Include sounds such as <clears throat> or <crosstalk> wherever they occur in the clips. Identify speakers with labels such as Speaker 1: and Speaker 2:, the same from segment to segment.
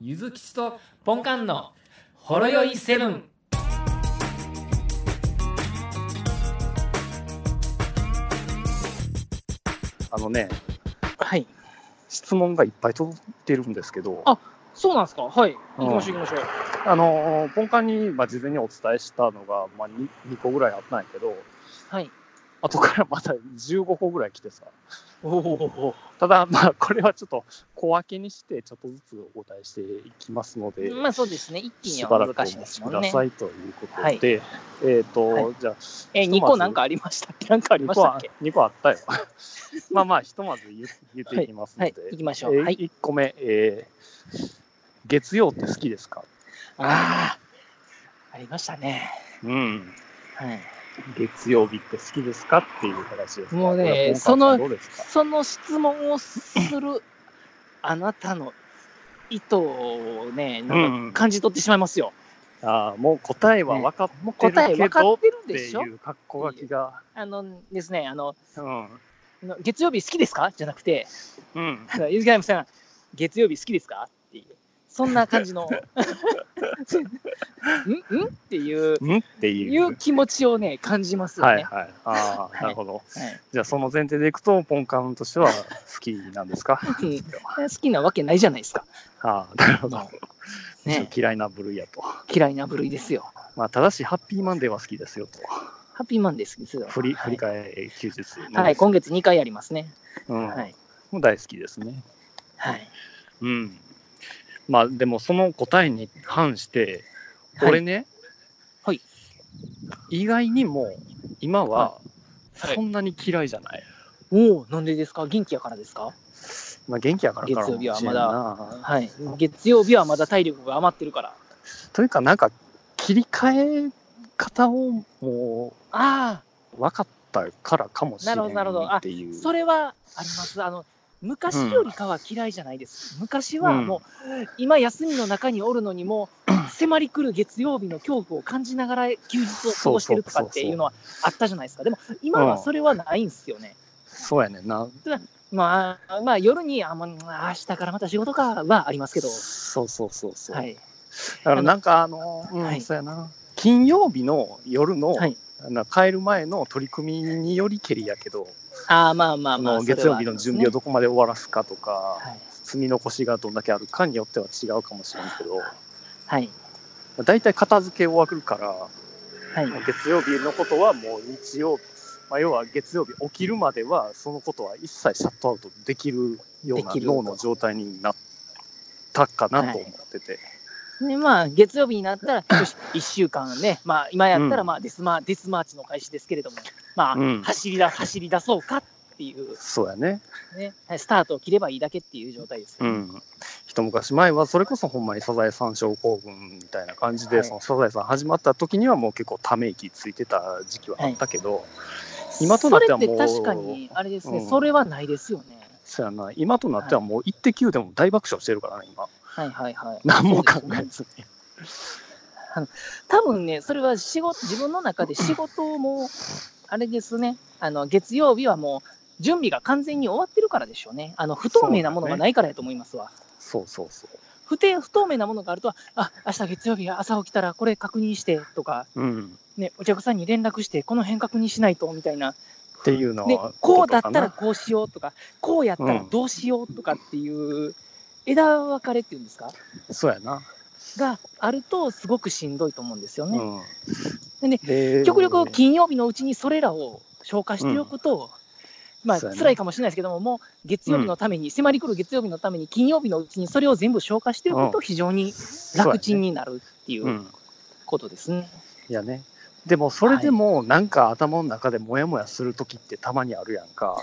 Speaker 1: ゆずきちとポンカンのほろよいセブン。
Speaker 2: あのね、
Speaker 3: はい。
Speaker 2: 質問がいっぱい届いてるんですけど、
Speaker 3: あそうなんですかはい。
Speaker 2: うん
Speaker 3: 行きましょう行きましょう。
Speaker 2: あのポンカンに、まあ、事前にお伝えしたのが、まあ、2, 2個ぐらいあったんやけど、
Speaker 3: はい。
Speaker 2: 後からまた15個ぐらい来てさ、
Speaker 3: おお。
Speaker 2: ただ、まあ、これはちょっと小分けにして、ちょっとずつお答えしていきますので、
Speaker 3: まあそうですね。一気に
Speaker 2: しば
Speaker 3: は
Speaker 2: らくお
Speaker 3: 難し
Speaker 2: 待
Speaker 3: いです
Speaker 2: ち
Speaker 3: も
Speaker 2: く
Speaker 3: ん
Speaker 2: だ
Speaker 3: ね。
Speaker 2: さいということ
Speaker 3: はい
Speaker 2: で、えっ、と、
Speaker 3: はい
Speaker 2: じゃあ、
Speaker 3: え、
Speaker 2: ひとまず
Speaker 3: 2個なんかありま
Speaker 2: <laughs>
Speaker 3: したっけなんかありましたっけ
Speaker 2: ?2 個
Speaker 3: <laughs>
Speaker 2: あったよ。まあまあ、ひとまず言言っていきますの
Speaker 3: は
Speaker 2: で、
Speaker 3: い。行きまし
Speaker 2: え
Speaker 3: ょう。はい。
Speaker 2: 1個目、えー月曜って好きですか
Speaker 3: ああ。ありましたね。
Speaker 2: うん。
Speaker 3: はい。
Speaker 2: 月曜日って好きですかっていう話です。
Speaker 3: もうね
Speaker 2: これ
Speaker 3: その
Speaker 2: どうですか
Speaker 3: その質問をするあなたの意図をね、なんか感じ取ってしまいますよ。
Speaker 2: ああ、もう答えは分かってるけど、
Speaker 3: 答え分かってる
Speaker 2: て
Speaker 3: でしょ
Speaker 2: いう格好書きが。
Speaker 3: あのですね、あの、
Speaker 2: うん。
Speaker 3: の月曜日好きですかじゃなくて、
Speaker 2: うん。
Speaker 3: あのゆずきさん、月曜日好きですかっていう、そんな感
Speaker 2: <laughs>
Speaker 3: じの、んんっていう、
Speaker 2: んって
Speaker 3: い
Speaker 2: いう
Speaker 3: う。気持ちをね、感じますよ
Speaker 2: はい
Speaker 3: ね。は
Speaker 2: はい。ああ、
Speaker 3: い
Speaker 2: なるほど。
Speaker 3: い
Speaker 2: じゃあ、その前提でいくと、ポンカンとしては好きなんで
Speaker 3: <laughs>
Speaker 2: すか
Speaker 3: うん好きなわけないじゃないですか。
Speaker 2: ああ、なるほど。
Speaker 3: ね、
Speaker 2: 嫌いな部類やと。
Speaker 3: 嫌いな部類ですよ。
Speaker 2: まあ、ただし、ハッピーマンデーは好きですよと。
Speaker 3: ハッピーマンデー好きですよ。
Speaker 2: 振り、振り
Speaker 3: は
Speaker 2: 替え休日
Speaker 3: い、はい、今月2回ありますね。
Speaker 2: うん。
Speaker 3: はい。
Speaker 2: もう大好きですね。
Speaker 3: はい。
Speaker 2: うん。まあ、でも、その答えに反して、俺ね、
Speaker 3: はい
Speaker 2: 意外にも今は
Speaker 3: はい
Speaker 2: そんなに嫌いじゃない、
Speaker 3: おお、なんでですか元気やからですか
Speaker 2: まあ、元気やから
Speaker 3: 月
Speaker 2: かな
Speaker 3: 曜日はまだ
Speaker 2: もしれんな
Speaker 3: はい。月曜日はまだ体力が余ってるから。
Speaker 2: というかなんか切り替え方をも
Speaker 3: あ
Speaker 2: う分かったからかもしれ
Speaker 3: なる
Speaker 2: な
Speaker 3: ほ
Speaker 2: い
Speaker 3: どなるほどあ
Speaker 2: ってい
Speaker 3: あ、
Speaker 2: う
Speaker 3: それはあります。あの、昔よりかは嫌いじゃないです。昔はもう、今休みの中におるのにも、迫り来る月曜日の恐怖を感じながら休日を過ごしてるとかっていうのはあったじゃないですか。でも、今はそれはないんですよね。
Speaker 2: そうやねんな
Speaker 3: まあ、まあ、夜に、あ、もう明日からまた仕事かはありますけど、
Speaker 2: そうそうそうそう、
Speaker 3: はい。
Speaker 2: だからなんかあの、うん
Speaker 3: はい
Speaker 2: そうやな金曜日の夜の、
Speaker 3: はい。
Speaker 2: な帰る前の取り組みによりけりやけど、
Speaker 3: ああ、まあまあ
Speaker 2: あ
Speaker 3: まあ、
Speaker 2: の月曜日の準備を
Speaker 3: ど
Speaker 2: どこまで終わらすかとか、
Speaker 3: はい。
Speaker 2: 積み残しがどんだけあるかによっては違うかもしれんけど、
Speaker 3: はい。
Speaker 2: 大体片付け終わるから、
Speaker 3: はい。
Speaker 2: 月曜日のことはもう日曜日、まあ、要は月曜日起きるまでは、そのことは一切シャットアウトできるような
Speaker 3: できる
Speaker 2: 脳の状態になったかなと思ってて、
Speaker 3: でまあ、月曜日になった
Speaker 2: <laughs>
Speaker 3: ら、よし、1週間ね、まあ、今やったら、
Speaker 2: うん
Speaker 3: まあデスマ、デスマーチの開始ですけれども、まあ、
Speaker 2: うん
Speaker 3: 走りだ、走り出そうかっていう、
Speaker 2: そうやね、
Speaker 3: ね、はいスタートを切ればいいだけっていう状態です
Speaker 2: う
Speaker 3: よね、
Speaker 2: ん。一昔前はそれこそほんまにサザエさん症候群みたいな感じで、
Speaker 3: はい
Speaker 2: そのサザエさん始まった時にはもう結構ため息ついてた時期はあったけど、今となってはもう
Speaker 3: それって確かに、あれですね、
Speaker 2: うん
Speaker 3: それはないですよね。
Speaker 2: そうやな、今となってはもう一滴でも大爆笑してるからね、今。 <laughs>
Speaker 3: はいはいはい。
Speaker 2: 何も考
Speaker 3: そ
Speaker 2: え
Speaker 3: うです
Speaker 2: ずに。
Speaker 3: ね多分ね、それは仕事、自分の中で仕事をもう、あれですね、あの、月曜日はもう、準備が完全に終わってるからでしょうね。あの、不透明なものがないからやと思いますわ。
Speaker 2: そうそうそう。
Speaker 3: 不定不透明なものがあると、あ明日月曜日朝起きたらこれ確認してとか、
Speaker 2: うん、
Speaker 3: ね、お客さんに連絡して、この辺確認しないとみたいな、
Speaker 2: っていうの
Speaker 3: で
Speaker 2: は
Speaker 3: こうだった
Speaker 2: ことからな
Speaker 3: こうしようとか、こうやったらどうしようとかっていう、枝分かれっていうんですか、
Speaker 2: そうやな、
Speaker 3: があると、すごくしんどいと思うんですよね。
Speaker 2: うん
Speaker 3: で
Speaker 2: で
Speaker 3: 極力金曜日のうちにそれらを消化しておくと、まあ
Speaker 2: そうやね
Speaker 3: 辛いかもしれないですけども、もう月曜日のために、迫り来る月曜日のために、金曜日のうちにそれを全部消化しておく
Speaker 2: う
Speaker 3: と、非常に楽ちんになるってい
Speaker 2: そうやね、
Speaker 3: う
Speaker 2: うん、
Speaker 3: ことですね。
Speaker 2: いやねでもそれでもなんか頭の中でモヤモヤする時ってたまにあるやんか、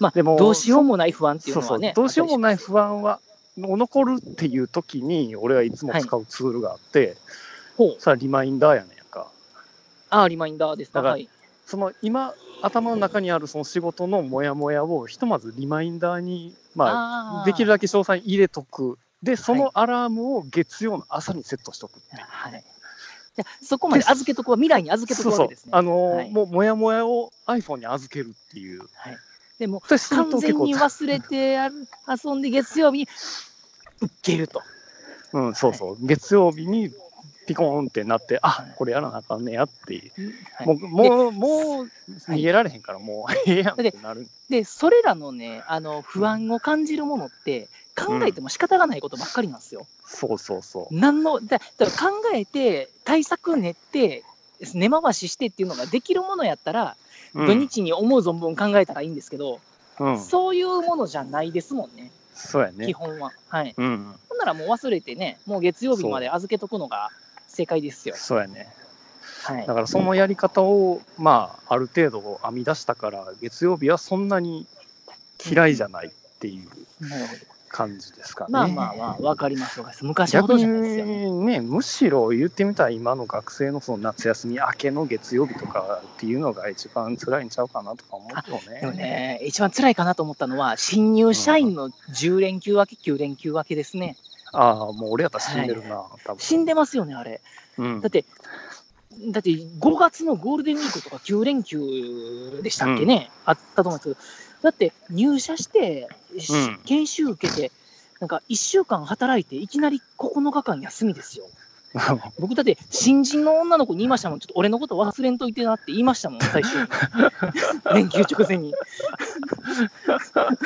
Speaker 3: まあ、
Speaker 2: でも
Speaker 3: どうしようもない不安っていう
Speaker 2: そう
Speaker 3: の
Speaker 2: そ
Speaker 3: は
Speaker 2: う
Speaker 3: ね、
Speaker 2: どうしようも
Speaker 3: も
Speaker 2: ない不安は残るっていう時に俺はいつも使うツールがあって、
Speaker 3: ほう
Speaker 2: それはリマインダーやねんか
Speaker 3: あーリマインダーですか、
Speaker 2: だから
Speaker 3: はい、
Speaker 2: その今頭の中にあるその仕事のモヤモヤをひとまずリマインダーに、ま
Speaker 3: あ
Speaker 2: あ、
Speaker 3: ー
Speaker 2: できるだけ詳細に入れとくでそのアラームを月曜の朝にセットしとくっていう
Speaker 3: はい、じゃあそこまで預けとくは、未来に預けとく
Speaker 2: そう
Speaker 3: わ
Speaker 2: そ
Speaker 3: けで
Speaker 2: う
Speaker 3: すね。
Speaker 2: あのー
Speaker 3: はい
Speaker 2: もうモヤモヤを iPhone に預けるっていう
Speaker 3: でも
Speaker 2: そうする
Speaker 3: 完
Speaker 2: と
Speaker 3: 全
Speaker 2: <laughs> 結構
Speaker 3: に忘れてある遊んで月曜日に受けると。
Speaker 2: うん、そうそう。月曜日にピコーンってなって、あこれやらなあかんねやって。
Speaker 3: はい
Speaker 2: もう、もう、もう、逃げられへんから、もう、ええやんってなる。
Speaker 3: で、それらのね、あの不安を感じるものって、考えても仕方がないことばっかりなんですよ。
Speaker 2: そうそうそう。
Speaker 3: なんのだだから考えて、対策練って、根回ししてっていうのができるものやったら、
Speaker 2: うん
Speaker 3: 土日に思う存分考えたらいいんですけど、
Speaker 2: うん、
Speaker 3: そういうものじゃないですもんね、
Speaker 2: そうや
Speaker 3: 基
Speaker 2: ね。
Speaker 3: 本は。はい。
Speaker 2: うん、
Speaker 3: ほんならもう忘れてね、もう月曜日まで預けとくのが正解ですよ。
Speaker 2: そうやね。
Speaker 3: はい
Speaker 2: だ。からそのやり方を、まあ、ある程度編み出したから、月曜日はそんなに嫌いじゃないっていう
Speaker 3: なるほど
Speaker 2: 感じですかね。
Speaker 3: まあまあまあ、わかりますわかります。昔ほ
Speaker 2: 逆
Speaker 3: どじ
Speaker 2: に
Speaker 3: ゃないですよね。
Speaker 2: ね、むしろ言ってみたら今の学生のその夏休み明けの月曜日とかっていうのが一番辛いんちゃうかなとか思うけどね。
Speaker 3: でもね、一番辛いかなと思ったのは、新入社員の10連休明け、9連休明けですね。
Speaker 2: ああ、もう俺やったら死んでるな、多分。
Speaker 3: 死んでますよね、あれ。
Speaker 2: うん
Speaker 3: だって、だって5月のゴールデンウィークとか9連休でしたっけね、あったと思うんですけど、だって入社して、し
Speaker 2: うん
Speaker 3: 研修受けて、なんか1週間働いて、いきなり9日間休みですよ。僕だって新人の女の子に言いましたもん、ちょっと俺のこと忘れんといてなって言いましたもん、最 <laughs> 初に。連休直前に。
Speaker 2: <laughs>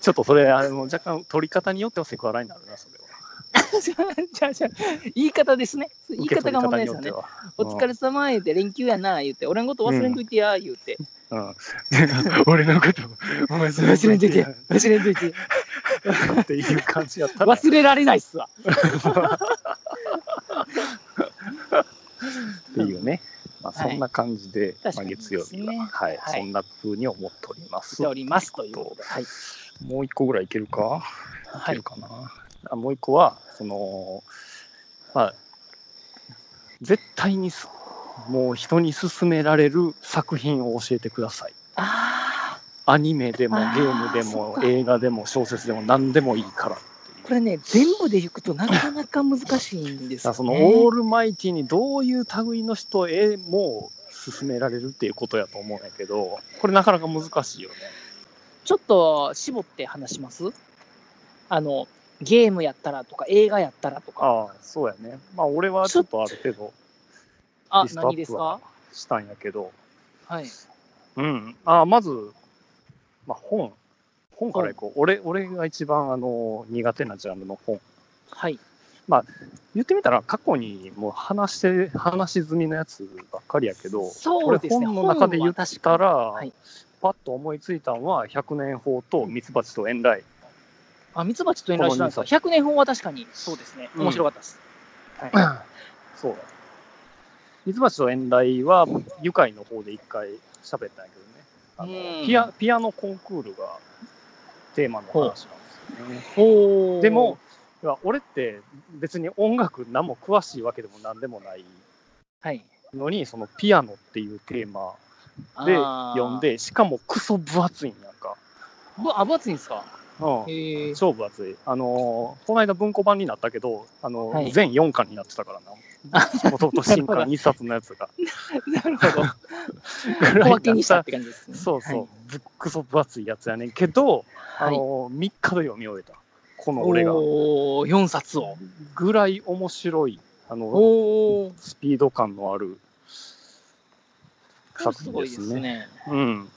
Speaker 2: ちょっとそれ、あの若干取り方によってはセクハラになるな、それは。
Speaker 3: じゃあ、じゃあ、言い方ですね。言い方が問題ですよね。
Speaker 2: 受
Speaker 3: お
Speaker 2: け取り方によっ
Speaker 3: 疲れ様言うて、連休やな言うて、俺のこと忘れんといてや言うて、
Speaker 2: ては。うん、 <laughs> 俺のこと、お前それ
Speaker 3: 忘れんといて、忘れんといて、
Speaker 2: っていう感じやったら、
Speaker 3: 忘れられないっすわ。
Speaker 2: っていうね。 <laughs> まあ、そんな感じで、
Speaker 3: 確
Speaker 2: ま
Speaker 3: か
Speaker 2: あ、
Speaker 3: に
Speaker 2: 月曜日は、
Speaker 3: ですね
Speaker 2: はい、
Speaker 3: はい
Speaker 2: そんな風に思っております。
Speaker 3: しておりますということで。はい。
Speaker 2: もう一個ぐらいいけるかい
Speaker 3: は
Speaker 2: け
Speaker 3: い
Speaker 2: る。かな、あもう一個は、その、まあ、絶対にすもう人に勧められる作品を教えてください。
Speaker 3: あ
Speaker 2: アニメでもゲ
Speaker 3: あー
Speaker 2: ームで
Speaker 3: そっ
Speaker 2: も
Speaker 3: か
Speaker 2: 映画でも小説でも何でもいいからっていう
Speaker 3: ー、これね、全部でいくとなかなか難しいんで
Speaker 2: だ
Speaker 3: す
Speaker 2: か
Speaker 3: よ、
Speaker 2: ら
Speaker 3: ね。
Speaker 2: そのオールマイティにどういう類の人へも勧められるっていうことやと思うんやけど、これなかなか難しいよね。
Speaker 3: ちょっと絞って話しますあの、ゲームやったらとか、映画やったらとか。
Speaker 2: ああ、そうやね。まあ俺はちょっとある程度
Speaker 3: あ
Speaker 2: リ、ストア
Speaker 3: 何で
Speaker 2: ッ
Speaker 3: す
Speaker 2: プは
Speaker 3: か
Speaker 2: したんやけど、
Speaker 3: はい。
Speaker 2: うん。あまず、まあ、本。本からいこう。俺、俺が一番、あの、苦手なジャンルの本。
Speaker 3: はい。
Speaker 2: 言ってみたら、過去にもう話して、話し済みのやつばっかりやけど、
Speaker 3: そうですね。
Speaker 2: 俺本の中で言
Speaker 3: 本は
Speaker 2: っ
Speaker 3: 確
Speaker 2: た、
Speaker 3: からはい
Speaker 2: パッと思いついたのは、百年法とミツバチと遠雷。
Speaker 3: あ、ミツバチと遠雷したんですか。
Speaker 2: こ
Speaker 3: 100
Speaker 2: の
Speaker 3: 年本は確かに、そうですね。面白かったです。はい。
Speaker 2: そうだ。ミツバチと遠雷は、愉快の方で一回喋ったんやけどね。あ
Speaker 3: う
Speaker 2: の
Speaker 3: ん
Speaker 2: ピア、ピアノコンクールがテーマの話なんですよね。
Speaker 3: おー
Speaker 2: でも、、いや俺って別に音楽何も詳しいわけでも何でもない
Speaker 3: はい。
Speaker 2: のに、そのピアノっていうテーマで
Speaker 3: あー
Speaker 2: 読ん。で、しかもクソ分厚いんやんか。
Speaker 3: ぶあ、分厚いんですか
Speaker 2: うん
Speaker 3: へえ。
Speaker 2: 超分厚い。あのーこの間文庫版になったけど、あのー
Speaker 3: はい
Speaker 2: 全4巻になって
Speaker 3: <laughs>
Speaker 2: たからな。もともと新
Speaker 3: なるほ
Speaker 2: 刊
Speaker 3: ど
Speaker 2: 2冊の
Speaker 3: <laughs>
Speaker 2: やつが。
Speaker 3: なるほ
Speaker 2: <laughs>
Speaker 3: ど。
Speaker 2: ぐらい
Speaker 3: 小
Speaker 2: になっ
Speaker 3: 分けにしたって感じですね。
Speaker 2: そうそう、
Speaker 3: はい
Speaker 2: ぶっくそ分厚いやつやねんけど、あ
Speaker 3: はい。
Speaker 2: のー、3日で読み終えた。この俺が。
Speaker 3: おー、4冊を。
Speaker 2: ぐらい面白い。あのー
Speaker 3: おー。
Speaker 2: スピード感のある
Speaker 3: これ
Speaker 2: 作
Speaker 3: す
Speaker 2: 品
Speaker 3: ご
Speaker 2: で
Speaker 3: いですす
Speaker 2: ね。
Speaker 3: ね。
Speaker 2: うん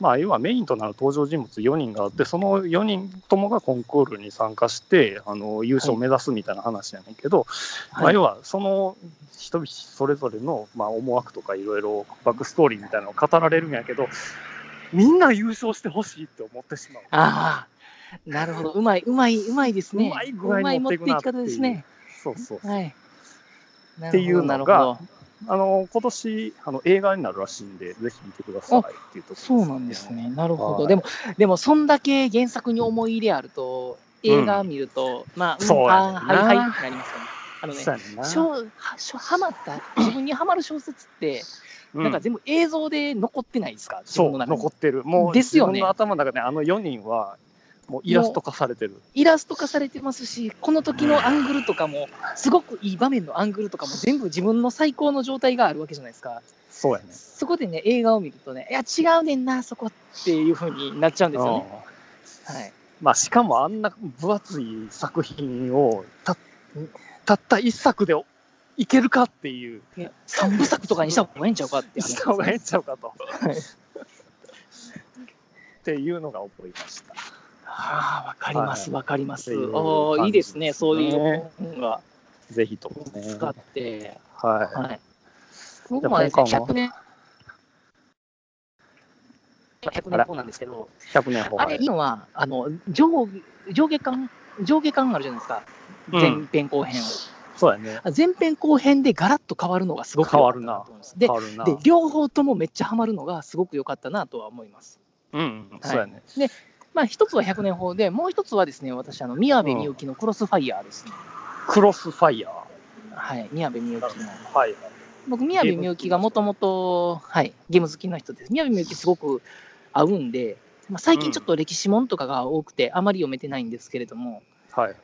Speaker 2: まあ、要はメインとなる登場人物4人があって、その4人ともがコンクールに参加して、あの優勝を目指すみたいな話やねんけど、まあ、
Speaker 3: はい
Speaker 2: 要はその人々それぞれのまあ思惑とかいろいろバックストーリーみたいなのを語られるんやけど、みんな優勝してほしいって思ってしまう。
Speaker 3: ああ、なるほど。うまい、うまい、うまいですね。
Speaker 2: うまい具合に持っていくなっていう
Speaker 3: うまい持っていき方ですね。
Speaker 2: そうそうそう
Speaker 3: はい。っ
Speaker 2: っていうのが
Speaker 3: なるほど。
Speaker 2: あの今年あの映画になるらしいんで、ぜひ見てくださいっていうところ
Speaker 3: そうなんです。ね。なるほ
Speaker 2: はい
Speaker 3: ど。でも、でも、そんだけ原作に思い入れあると、映画見ると、まあ、うん
Speaker 2: そうやねんな
Speaker 3: あーはいはいってなりますよね。あのね
Speaker 2: そうやねんな
Speaker 3: 小は小はまった、自分にはまる小説って、
Speaker 2: うん
Speaker 3: なんか全部映像で残ってないですか、自
Speaker 2: そ
Speaker 3: 分
Speaker 2: う、
Speaker 3: の中に
Speaker 2: 残ってる。もう、
Speaker 3: ですよね
Speaker 2: 自分の頭の中で、あの4人は、もうイラスト化されてる。
Speaker 3: イラスト化されてますし、この時のアングルとかも、すごくいい場面のアングルとかも、全部自分の最高の状態があるわけじゃないですか。
Speaker 2: そうやね。
Speaker 3: そこでね、映画を見るとね、いや、違うねんな、そこっていうふうになっちゃうんですよね。はい、
Speaker 2: まあ、しかもあんな分厚い作品をたたった一作でいけるかっていう、
Speaker 3: いや三部作とかにした方がええんちゃうかって話。
Speaker 2: した方がええんちゃうかと。
Speaker 3: い
Speaker 2: っていうのが起こりました。
Speaker 3: ああ、わかります、
Speaker 2: はい
Speaker 3: わかります。
Speaker 2: っていう
Speaker 3: おーいいですね、
Speaker 2: 感じですね
Speaker 3: そういう本が
Speaker 2: ぜひともね。
Speaker 3: 使って。
Speaker 2: は
Speaker 3: はい。
Speaker 2: じゃあ
Speaker 3: 僕もですね、
Speaker 2: 今回も
Speaker 3: 100年、100年後なんですけど、
Speaker 2: い。100年後
Speaker 3: あれ、いいのは、あの、上上下巻、上下巻あるじゃないですか。
Speaker 2: うん
Speaker 3: 前編後編を。
Speaker 2: そうやね。
Speaker 3: 前編後編でガラッと変わるのがすごく良かったと思いますで
Speaker 2: 変わるな。
Speaker 3: で、両方ともめっちゃハマるのがすごく良かったなとは思います。
Speaker 2: うん、うんそうやね。
Speaker 3: まあ、一つは100年法で、もう一つはですね、私、あの、宮部みゆきのクロスファイヤーですね。
Speaker 2: クロスファイヤー。
Speaker 3: はい、宮部みゆきの。
Speaker 2: はい。
Speaker 3: 僕、宮部みゆきがもともと、はい、ゲーム好きな人です。宮部みゆきすごく合うんで、まあ、最近ちょっと歴史もんとかが多くて、あまり読めてないんですけれども、
Speaker 2: はい。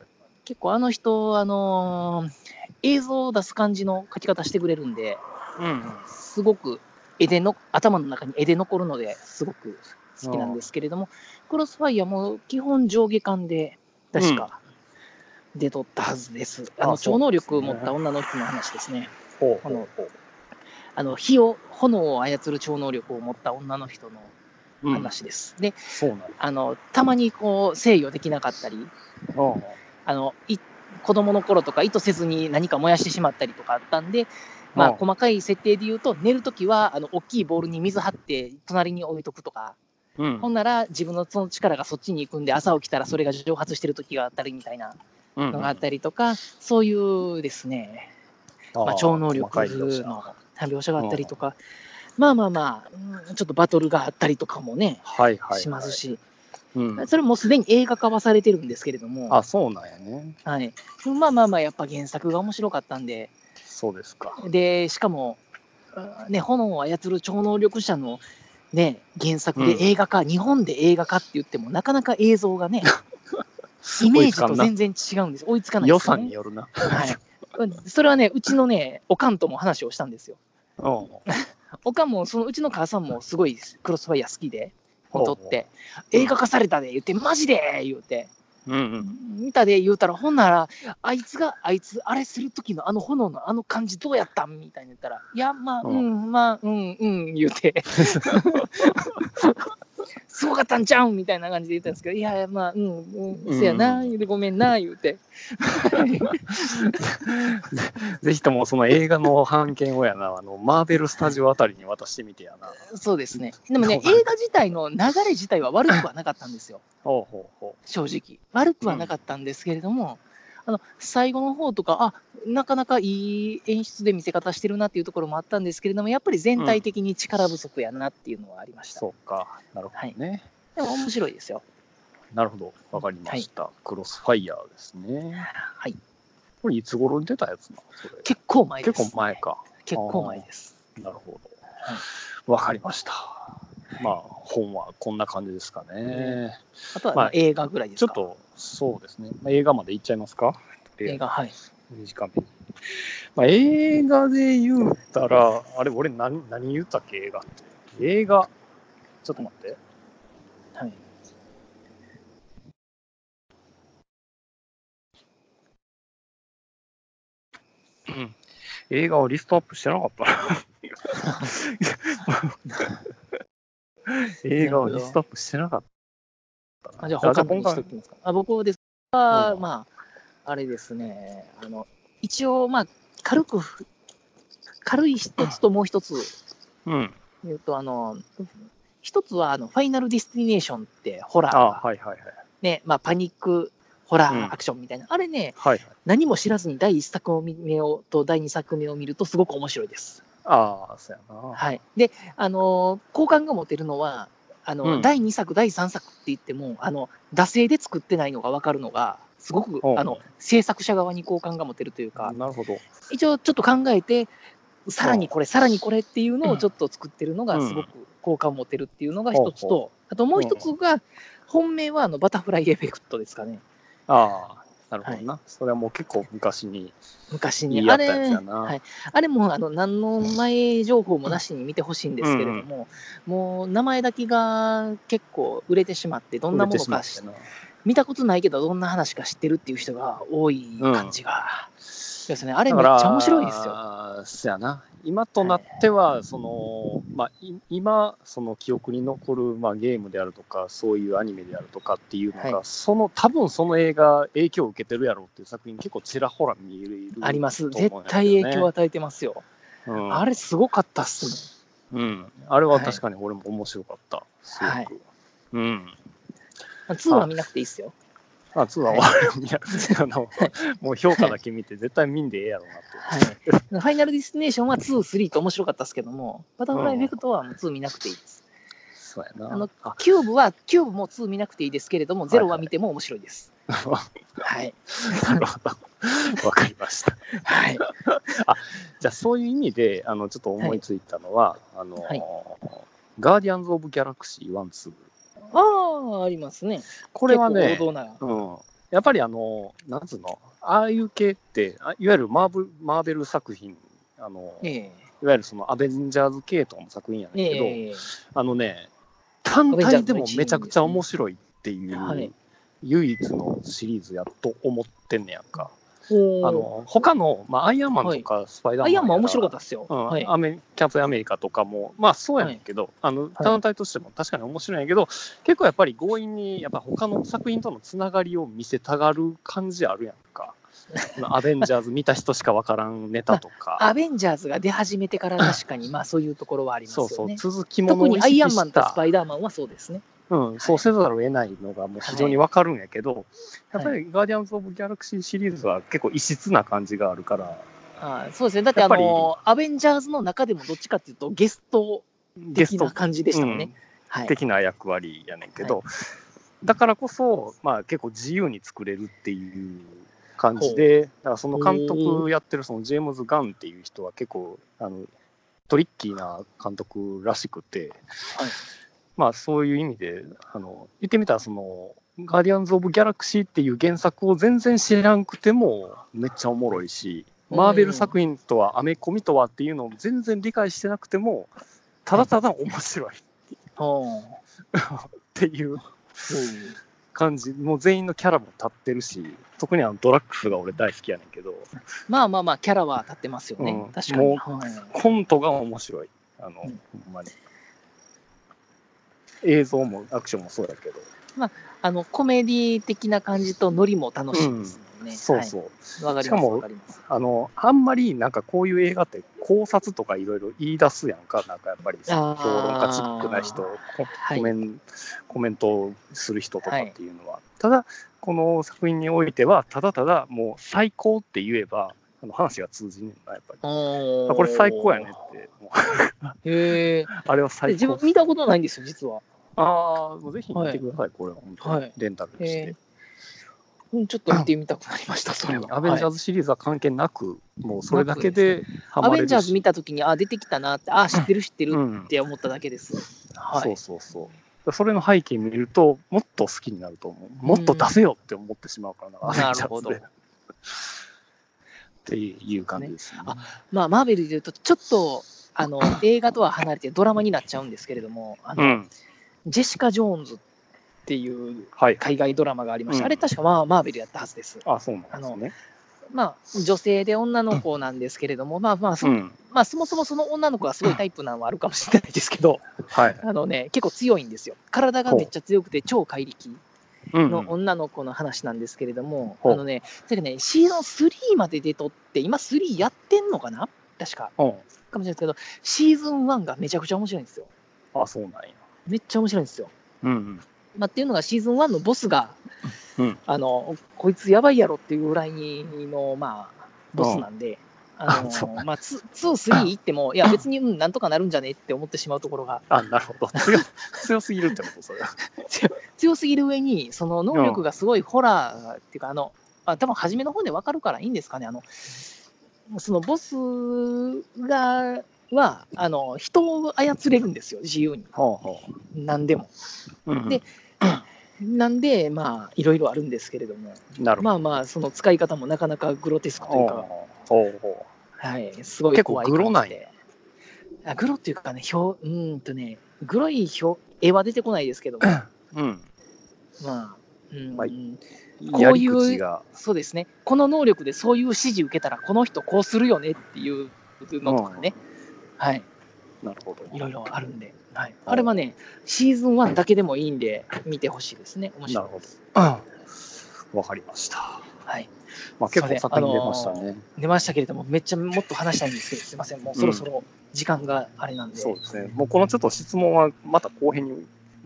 Speaker 3: 結構あの人、あのー映像を出す感じの書き方してくれるんで、
Speaker 2: うん。
Speaker 3: すごく絵での頭の中に絵で残るのですごく好きなんですけれども、クロスファイアも基本上下巻で確か出とったはずです。あの
Speaker 2: あそう
Speaker 3: 超能力を持った女の人の話ですね。
Speaker 2: ほ
Speaker 3: あのあの火を炎を操る超能力を持った女の人の
Speaker 2: う。うん、
Speaker 3: 話です。で
Speaker 2: そうなんだ。
Speaker 3: あのたまにこう制御できなかったり
Speaker 2: うん
Speaker 3: あのい子供の頃とか意図せずに何か燃やしてしまったりとかあったんで、まあ、
Speaker 2: うん
Speaker 3: 細かい設定で言うと、寝るときはあの大きいボールに水張って、隣に置いとくとか、
Speaker 2: うん
Speaker 3: ほんなら自分のその力がそっちに行くんで、朝起きたらそれが蒸発してる時があったりみたいな
Speaker 2: うん
Speaker 3: のがあったりとか、そういうですね、まあ、超能力
Speaker 2: 細かい描写
Speaker 3: の描写があったりとか、まあまあまあ、うんちょっとバトルがあったりとかもね、
Speaker 2: はいはいはい。
Speaker 3: しますし、
Speaker 2: うん。
Speaker 3: それもすでに映画化はされてるんですけれども、
Speaker 2: あ、そうなんやね。
Speaker 3: はい、まあまあまあ、やっぱ原作が面白かったんで、
Speaker 2: そうですか。
Speaker 3: で、しかも、うんね、炎を操る超能力者の、ね、原作で映画化、日本で映画化って言っても、なかなか映像
Speaker 2: <laughs>
Speaker 3: がね、イメージと全然違うんです。追いつかない
Speaker 2: 予
Speaker 3: ですよ
Speaker 2: 算
Speaker 3: ね
Speaker 2: に。よるな。
Speaker 3: はい。それはね、うちのね、おかんとも話をしたんですよ。
Speaker 2: うん。
Speaker 3: おかんも、そのうちの母さんもすごいクロスファイア好きで、撮って、
Speaker 2: う
Speaker 3: 映画化されたで言って、マジで言うて、
Speaker 2: うんうん。
Speaker 3: 見たで言うたら、ほんなら、あいつが、あいつ、あれする時のあの炎のあの感じどうやったんみたいに言ったら、いや、まあ、
Speaker 2: う
Speaker 3: うんん、まあ、うん、うん、言うて、 <laughs> すごかったんちゃうんみたいな感じで言ったんですけど、いや、まあ、うん、うん、せやな、
Speaker 2: うん
Speaker 3: ごめんな、言う
Speaker 2: <laughs>
Speaker 3: て。
Speaker 2: <laughs> ぜひともその映画の版権をやな、あの、マーベルスタジオあたりに渡してみてやな。
Speaker 3: そうですね。でもね、映
Speaker 2: そうなん
Speaker 3: 画自体の流れ自体は悪くはなかったんですよ、
Speaker 2: ほうほうほ
Speaker 3: 正直。悪くはなかったんですけれども、あの最後の方とか、あなかなかいい演出で見せ方してるなっていうところもあったんですけれども、やっぱり全体的に力不足やなっていうのはありま
Speaker 2: う。
Speaker 3: した。
Speaker 2: そうか。なるほどね。
Speaker 3: でも面白い
Speaker 2: <laughs>
Speaker 3: ですよ。
Speaker 2: なるほど。わかりました、クロスファイヤーですね。
Speaker 3: はい、
Speaker 2: これいつ頃に出たやつなのそれ
Speaker 3: 結構前です。
Speaker 2: 結構前か。
Speaker 3: 結構前です。
Speaker 2: なるほど。わかりました。まあ、本はこんな感じですかね。
Speaker 3: あとは、
Speaker 2: まあ
Speaker 3: 映画ぐらいです
Speaker 2: ちょ
Speaker 3: か。
Speaker 2: っと、そうですね。まあ、映画までいっちゃいますか
Speaker 3: 映画、はい。
Speaker 2: 短めに。まあ、映画で言うたら、あれ、俺何、何言ったっけ、映画って。映画、ちょっと待って。
Speaker 3: はい、
Speaker 2: 映画をリストアップしてなかったな。映画をリストアップしてなかったな。
Speaker 3: あじゃあ、
Speaker 2: あじ
Speaker 3: 他
Speaker 2: ゃあ
Speaker 3: のに
Speaker 2: 今
Speaker 3: してお
Speaker 2: 回
Speaker 3: きますか。あ僕ですが、
Speaker 2: うん
Speaker 3: まあ、あれですね、あの一応、まあ、軽く、軽い一つともう一つ
Speaker 2: うん。
Speaker 3: 言うと、あの、一つは、あの、ファイナルディスティネーションって、ホラ
Speaker 2: あ
Speaker 3: ー、
Speaker 2: はいはいはい。
Speaker 3: ね、まあ、パニック、ホラ
Speaker 2: うん
Speaker 3: ー、アクションみたいな、あれね、
Speaker 2: はいはい。
Speaker 3: 何も知らずに第一作目をと第二作目を見るとすごく面白いです。
Speaker 2: ああ、そうやな。
Speaker 3: はい。で、あの、好感が持てるのは、あの、
Speaker 2: うん
Speaker 3: 第二作、第三作って言っても、あの、惰性で作ってないのが分かるのが、すごく、
Speaker 2: おう
Speaker 3: あの、制作者側に好感が持てるというか、
Speaker 2: なるほど。
Speaker 3: 一応ちょっと考えて、さらにこれ、さらにこれっていうのをちょっと作ってるのが、すごく好感を持てるっていうのが一つ
Speaker 2: ほう
Speaker 3: と、あともう一つが、本命はあのバタフライエフェクトですかね、
Speaker 2: ああ、なるほどな。それはもう結構昔に
Speaker 3: 昔
Speaker 2: 言
Speaker 3: に。
Speaker 2: い合
Speaker 3: あ
Speaker 2: ったやつ
Speaker 3: れ
Speaker 2: や、な。
Speaker 3: はい、あれもあの何の前情報もなしに見てほしいんですけれども、もう名前だけが結構売れてしまって、どんなものかし
Speaker 2: 売れてしまって
Speaker 3: 見たことないけど、どんな話か知ってるっていう人が多い感じが。そうですね。あれ
Speaker 2: だ
Speaker 3: め
Speaker 2: か
Speaker 3: っち
Speaker 2: ら
Speaker 3: ゃ面白いですよ。
Speaker 2: あーそやな。今となっては、その、まあ、い今、その記憶に残る、まあ、ゲームであるとか、そういうアニメであるとかっていうのが、
Speaker 3: は
Speaker 2: その、多分その映画、影響を受けてるやろうっていう作品、結構ちらほら見える。
Speaker 3: あります。
Speaker 2: と思
Speaker 3: 絶
Speaker 2: うんやけどね
Speaker 3: 対影響を与えてますよ。
Speaker 2: うん、
Speaker 3: あれすごかったっすもん。
Speaker 2: うん。あれは確かに俺も面白かった。すごく。
Speaker 3: はい
Speaker 2: うん。
Speaker 3: まあ2は見なくていいっすよ。
Speaker 2: まあ、ツアーは <laughs> 悪いいや、あの、もう評価だけ見て、絶対見んでええやろうなと。
Speaker 3: はい。ファイナルディスティネーションは2、3と面白かったっすけども、バタフライエフェクトはもう2見なくていいです。
Speaker 2: そうや
Speaker 3: あの
Speaker 2: な。あ、 <laughs>
Speaker 3: キューブは、キューブも2見なくていいですけれども、
Speaker 2: はい
Speaker 3: ゼ
Speaker 2: は
Speaker 3: ロ
Speaker 2: い
Speaker 3: は見ても面白いです。はい。
Speaker 2: なるほど。わかりました。
Speaker 3: <laughs> はい。
Speaker 2: じゃあ、そういう意味で、あの、ちょっと思いついたのは、あの、
Speaker 3: はい
Speaker 2: ガーディアンズ・オブ・ギャラクシー1、2。
Speaker 3: ああ、ありますね。
Speaker 2: これはね
Speaker 3: 結構、王道な。
Speaker 2: うん。やっぱりあの、なんつうの、ああいう系って、あいわゆるマーブマーベル作品、あの、
Speaker 3: ええ
Speaker 2: いわゆるそのアベンジャーズ系統の作品やねんけど、
Speaker 3: ええ
Speaker 2: あのね、単体でもめちゃくちゃ面白いってい
Speaker 3: はい。
Speaker 2: う、唯一のシリーズやと思ってんねやんか。あ
Speaker 3: おー
Speaker 2: の他の、まあ、アイアンマンとかスパイダーマン、。
Speaker 3: アイアンマン面白かったたっすよ。
Speaker 2: うん
Speaker 3: はい。
Speaker 2: アメキャプテンアメリカとかも、まあそうやねんけど、あの単体としても確かに面白いんやけど、結構やっぱり強引に、やっぱ他の作品とのつながりを見せたがる感じあるやん
Speaker 3: <laughs>
Speaker 2: か。あのアベンジャーズ見た人しかわからんネタとか、
Speaker 3: アベンジャーズが出始めてから確かに、まあそういうところはあります
Speaker 2: そう <laughs> そ
Speaker 3: よ
Speaker 2: う、
Speaker 3: ね。
Speaker 2: 続きもの
Speaker 3: 特
Speaker 2: を意
Speaker 3: にア
Speaker 2: 識
Speaker 3: イアンマン
Speaker 2: し
Speaker 3: と
Speaker 2: た
Speaker 3: スパイダーマンはそうですね。
Speaker 2: うん、そうせざるを得ないのがもう非常にわかるんやけど、やっぱりガーディアンズ・オブ・ギャラクシーシリーズは結構異質な感じがあるから、
Speaker 3: あーそうですね。だってあ
Speaker 2: やっ
Speaker 3: の、アベンジャーズの中でもどっちかっていうと、ゲスト
Speaker 2: ゲス
Speaker 3: 的
Speaker 2: ト
Speaker 3: な感じでしたもん
Speaker 2: う
Speaker 3: ね
Speaker 2: ん。
Speaker 3: はい。
Speaker 2: 的な役割やねんけど、だからこそ、まあ、結構自由に作れるっていう感じで、だからその監督やってるそのジェームズ・ガンっていう人は結構あのトリッキーな監督らしくて、
Speaker 3: はい
Speaker 2: まあそういう意味であの言ってみたらその「ガーディアンズ・オブ・ギャラクシー」っていう原作を全然知らんくてもめっちゃおもろいし。マーベル作品とはアメコミとはっていうのを全然理解してなくてもただただ面白い
Speaker 3: おー
Speaker 2: っていう感じ、もう全員のキャラも立ってるし、特にあのドラッグスが俺大好きやねんけど、
Speaker 3: まあまあまあ、キャラは立ってますよね。
Speaker 2: うん
Speaker 3: 確か
Speaker 2: も
Speaker 3: に。
Speaker 2: う
Speaker 3: はい
Speaker 2: コントが面白い、あの、
Speaker 3: うん
Speaker 2: ほんまに。映像もアクションもそうやけど、
Speaker 3: あの、コメディ的な感じとノリも楽しいですもんね。
Speaker 2: そうそう、
Speaker 3: う。わ、かり
Speaker 2: し
Speaker 3: ま
Speaker 2: か
Speaker 3: す。
Speaker 2: も
Speaker 3: わかります。
Speaker 2: あの、あんまりなんかこういう映画って考察とかいろいろ言い出すやんか、なんかやっぱり評
Speaker 3: あー
Speaker 2: 論家チックな人、コ
Speaker 3: はい
Speaker 2: コメンコメントをする人とかっていうのは、ただ、この作品においては、ただただもう最高って言えば、あの話が通じねえな、やっぱり。
Speaker 3: お
Speaker 2: あ
Speaker 3: ー
Speaker 2: これ最高やね。って、もう
Speaker 3: へえ。
Speaker 2: あれは
Speaker 3: で
Speaker 2: 最
Speaker 3: 自
Speaker 2: 高
Speaker 3: 分。見たことないんですよ、実は。
Speaker 2: ああ、もうぜひ見てください、これは本当に
Speaker 3: はい
Speaker 2: レンタルにし
Speaker 3: へ
Speaker 2: て
Speaker 3: え。。うん、ちょっと見てみたくなりま
Speaker 2: <clears throat>
Speaker 3: した、それは。
Speaker 2: アベンジャー
Speaker 3: はい
Speaker 2: ズシリーズは関係なく、もうそれだけでハ
Speaker 3: ア
Speaker 2: マれ
Speaker 3: ベン
Speaker 2: るし
Speaker 3: ジャーズ見たときに、あ、出てきたなって、あ、知ってる、知ってる
Speaker 2: うん
Speaker 3: って思っただけです。はい
Speaker 2: そうそうそう。それの背景見ると、もっと好きになると思う。もっと出せよって思ってしまうからな、
Speaker 3: うん
Speaker 2: アベンジャーズ
Speaker 3: な
Speaker 2: で。
Speaker 3: るほど
Speaker 2: <laughs> っていう感じですね。
Speaker 3: あまあ、マーベルでいうと、ちょっと、あの、映画とは離れてドラマになっちゃうんですけれども、あの
Speaker 2: うん。
Speaker 3: ジェシカ・ジョーンズっていう
Speaker 2: はい。
Speaker 3: 海外ドラマがありました。
Speaker 2: うん
Speaker 3: あれ確かまあマーベルやったはずです。
Speaker 2: あ、そうなんですね。
Speaker 3: まあ女性で女の子なんですけれども、まあまあそ、
Speaker 2: うん。
Speaker 3: まあそもそもその女の子はすごいタイプなのはあるかもしれないですけど、
Speaker 2: はい。
Speaker 3: あのね、結構強いんですよ。体がめっちゃ強くて超怪力
Speaker 2: うん
Speaker 3: の女の子の話なんですけれども、
Speaker 2: ほう
Speaker 3: あのね、てかね、シーズン3まで出とって、今3やってんのかな確か。
Speaker 2: うん
Speaker 3: かもしれないですけど、シーズン1がめちゃくちゃ面白いんですよ。
Speaker 2: あ、そうなんや。
Speaker 3: めっちゃ面白いんですよ。
Speaker 2: うん
Speaker 3: まあ、っていうのがシーズン1のボスが、
Speaker 2: うん
Speaker 3: あのこいつやばいやろっていうぐらいの、まあ、ボスなんで、あの
Speaker 2: あそう
Speaker 3: まあ、2、2 3行っても、いや、別に、うん、なんとかなるんじゃねって思ってしまうところが、
Speaker 2: あ、なるほど。 <laughs> 強強すぎるってこと、それは。
Speaker 3: 強すぎる上に、その能力がすごいホラーっていうか、あのまあ多分初めの方で分かるからいいんですかね、あのそのボスがはあの、人を操れるんですよ、自由に、
Speaker 2: ほうほ
Speaker 3: 何でも。
Speaker 2: う。うんうん
Speaker 3: で、なんで、まあ、いろいろあるんですけれども。
Speaker 2: なるほど。
Speaker 3: まあまあ、その使い方もなかなかグロテスクというか、
Speaker 2: ほうほうほ
Speaker 3: はい、すごい
Speaker 2: 結構
Speaker 3: 怖い感
Speaker 2: グ
Speaker 3: じで
Speaker 2: ロなんや
Speaker 3: あグロっていうかね、表
Speaker 2: <clears throat>
Speaker 3: うーんとね、グロい表絵は出てこないですけども、
Speaker 2: う。うん。
Speaker 3: まあ、
Speaker 4: うん
Speaker 2: はい
Speaker 4: うんう
Speaker 2: やり口が。
Speaker 4: そうですね、この能力でそういう指示受けたら、この人こうするよねっていうのとかね、はい、
Speaker 2: なるほど。
Speaker 4: いろいろあるんで、はい、あれはね、シーズン1だけでもいいんで、見てほしいですね、面
Speaker 2: な
Speaker 4: 白
Speaker 2: る
Speaker 4: い。
Speaker 2: ほど。わかりました。
Speaker 4: はい、
Speaker 2: まあ、結構作品出ましたね。
Speaker 4: 出ましたけれども、めっちゃもっと話したいんですけど、すいません、もうそろそろ時間があれなんで、
Speaker 2: そうですね。もうこのちょっと質問はまた後編に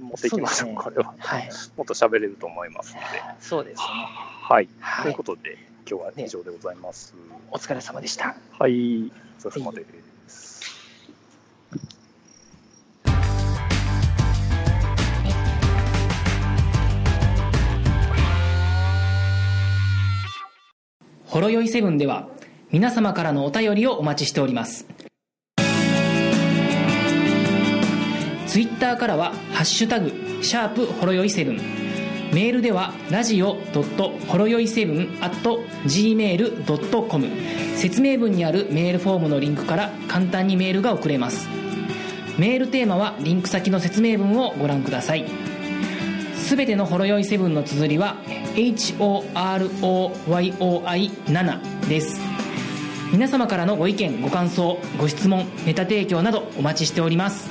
Speaker 2: 持っていきまし
Speaker 4: そうです
Speaker 2: ょう。
Speaker 4: ね
Speaker 2: これは。
Speaker 4: はい、
Speaker 2: もっと喋れると思いますので。
Speaker 4: そうですね、
Speaker 2: はい。
Speaker 4: はい
Speaker 2: ということで、今日は以上でございます。
Speaker 4: お疲れ様でした。
Speaker 2: はい。お疲れ様です。
Speaker 3: ほろよいセブンでは皆様からのお便りをお待ちしておりますツイッターからは「ハッシュタグシャープほろよいセブン」メールではラジオほろよい7 gmail.com 説明文にあるメールフォームのリンクから簡単にメールが送れますメールテーマはリンク先の説明文をご覧くださいすべてのほろ酔いセブンの綴りは HOROYOI7 です皆様からのご意見ご感想ご質問ネタ提供などお待ちしております